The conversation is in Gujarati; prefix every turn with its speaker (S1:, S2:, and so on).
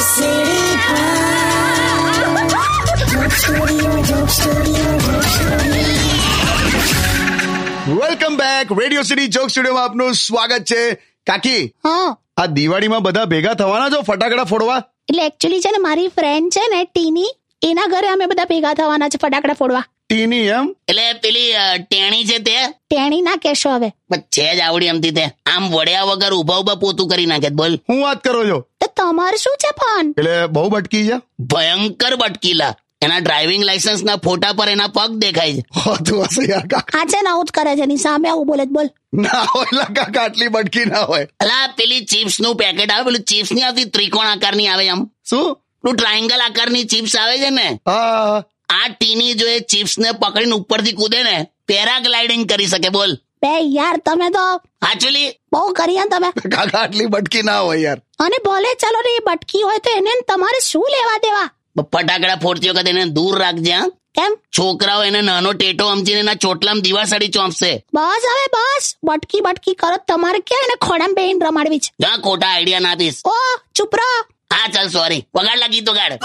S1: સીડી
S2: welcome back radio city joke સ્ટુડિયોમાં આપનું સ્વાગત છે કાકી
S3: હા
S2: આ દિવાળીમાં બધા ભેગા થવાના છો ફટાકડા ફોડવા
S3: એટલે એકચ્યુઅલી છે ને મારી ફ્રેન્ડ છે ને ટીની એના ઘરે અમે બધા ભેગા થવાના છે ફટાકડા ફોડવા
S2: ટીની એમ
S4: એટલે પેલી અ, ટેણી છે તે
S3: તેણી ના કહેશો હવે
S4: પણ છે જ આવડી એમથી તે આમ વળ્યા વગર ઉભા ઉભા પોતું કરી નાખે છે, બોલ
S2: હું વાત કરો છો
S3: તો તમારું શું છે ફોન
S2: એટલે બહુ બટકી છે
S4: ભયંકર બટકીલા એના ડ્રાઇવિંગ લાયસન્સ ના ફોટા પર એના પગ દેખાય છે
S2: હોતું હશે યાર કાકા
S3: આ છે ને આવું જ કરે છે ની સામે આવું બોલે છે, બોલ
S2: ના હોય લા કાકા આટલી બટકી ના હોય
S4: અલા પેલી ચિપ્સ નું પેકેટ આવે પેલું ચિપ્સ ની આવતી ત્રિકોણ આકારની આવે આમ
S2: શું
S4: પેલું ટ્રાયંગલ આકારની ચિપ્સ આવે છે ને
S2: હા
S4: આ ટીની જો એ ચિપ્સ ને પકડીને ઉપરથી કૂદે ને પેરાગ્લાઇડિંગ કરી શકે બોલ
S3: બે યાર તમે તો
S4: હાચુલી
S3: બહુ કરીએ તમે
S2: કાકા આટલી બટકી ના હોય યાર
S3: અને ભલે ચાલો રે એ બટકી હોય તો એને ને તમારે શું લેવા દેવા
S4: ફટાકડા ફોડતી વખતે એને દૂર રાખજે હા
S3: કેમ
S4: છોકરાઓ એને નાનો ટેટો સમજીને એના ચોટલામાં દીવાસળી ચોંપશે
S3: બસ હવે બસ બટકી બટકી કરો તમારે ક્યાં એને ખોડામ બેહીને રમાડવી છે
S4: ના ખોટા આઈડિયા ના દઈશ
S3: ઓ ચૂપ રહો
S4: Ah, હા ચાલ સોરી વગાડ લાગી તો ગાડ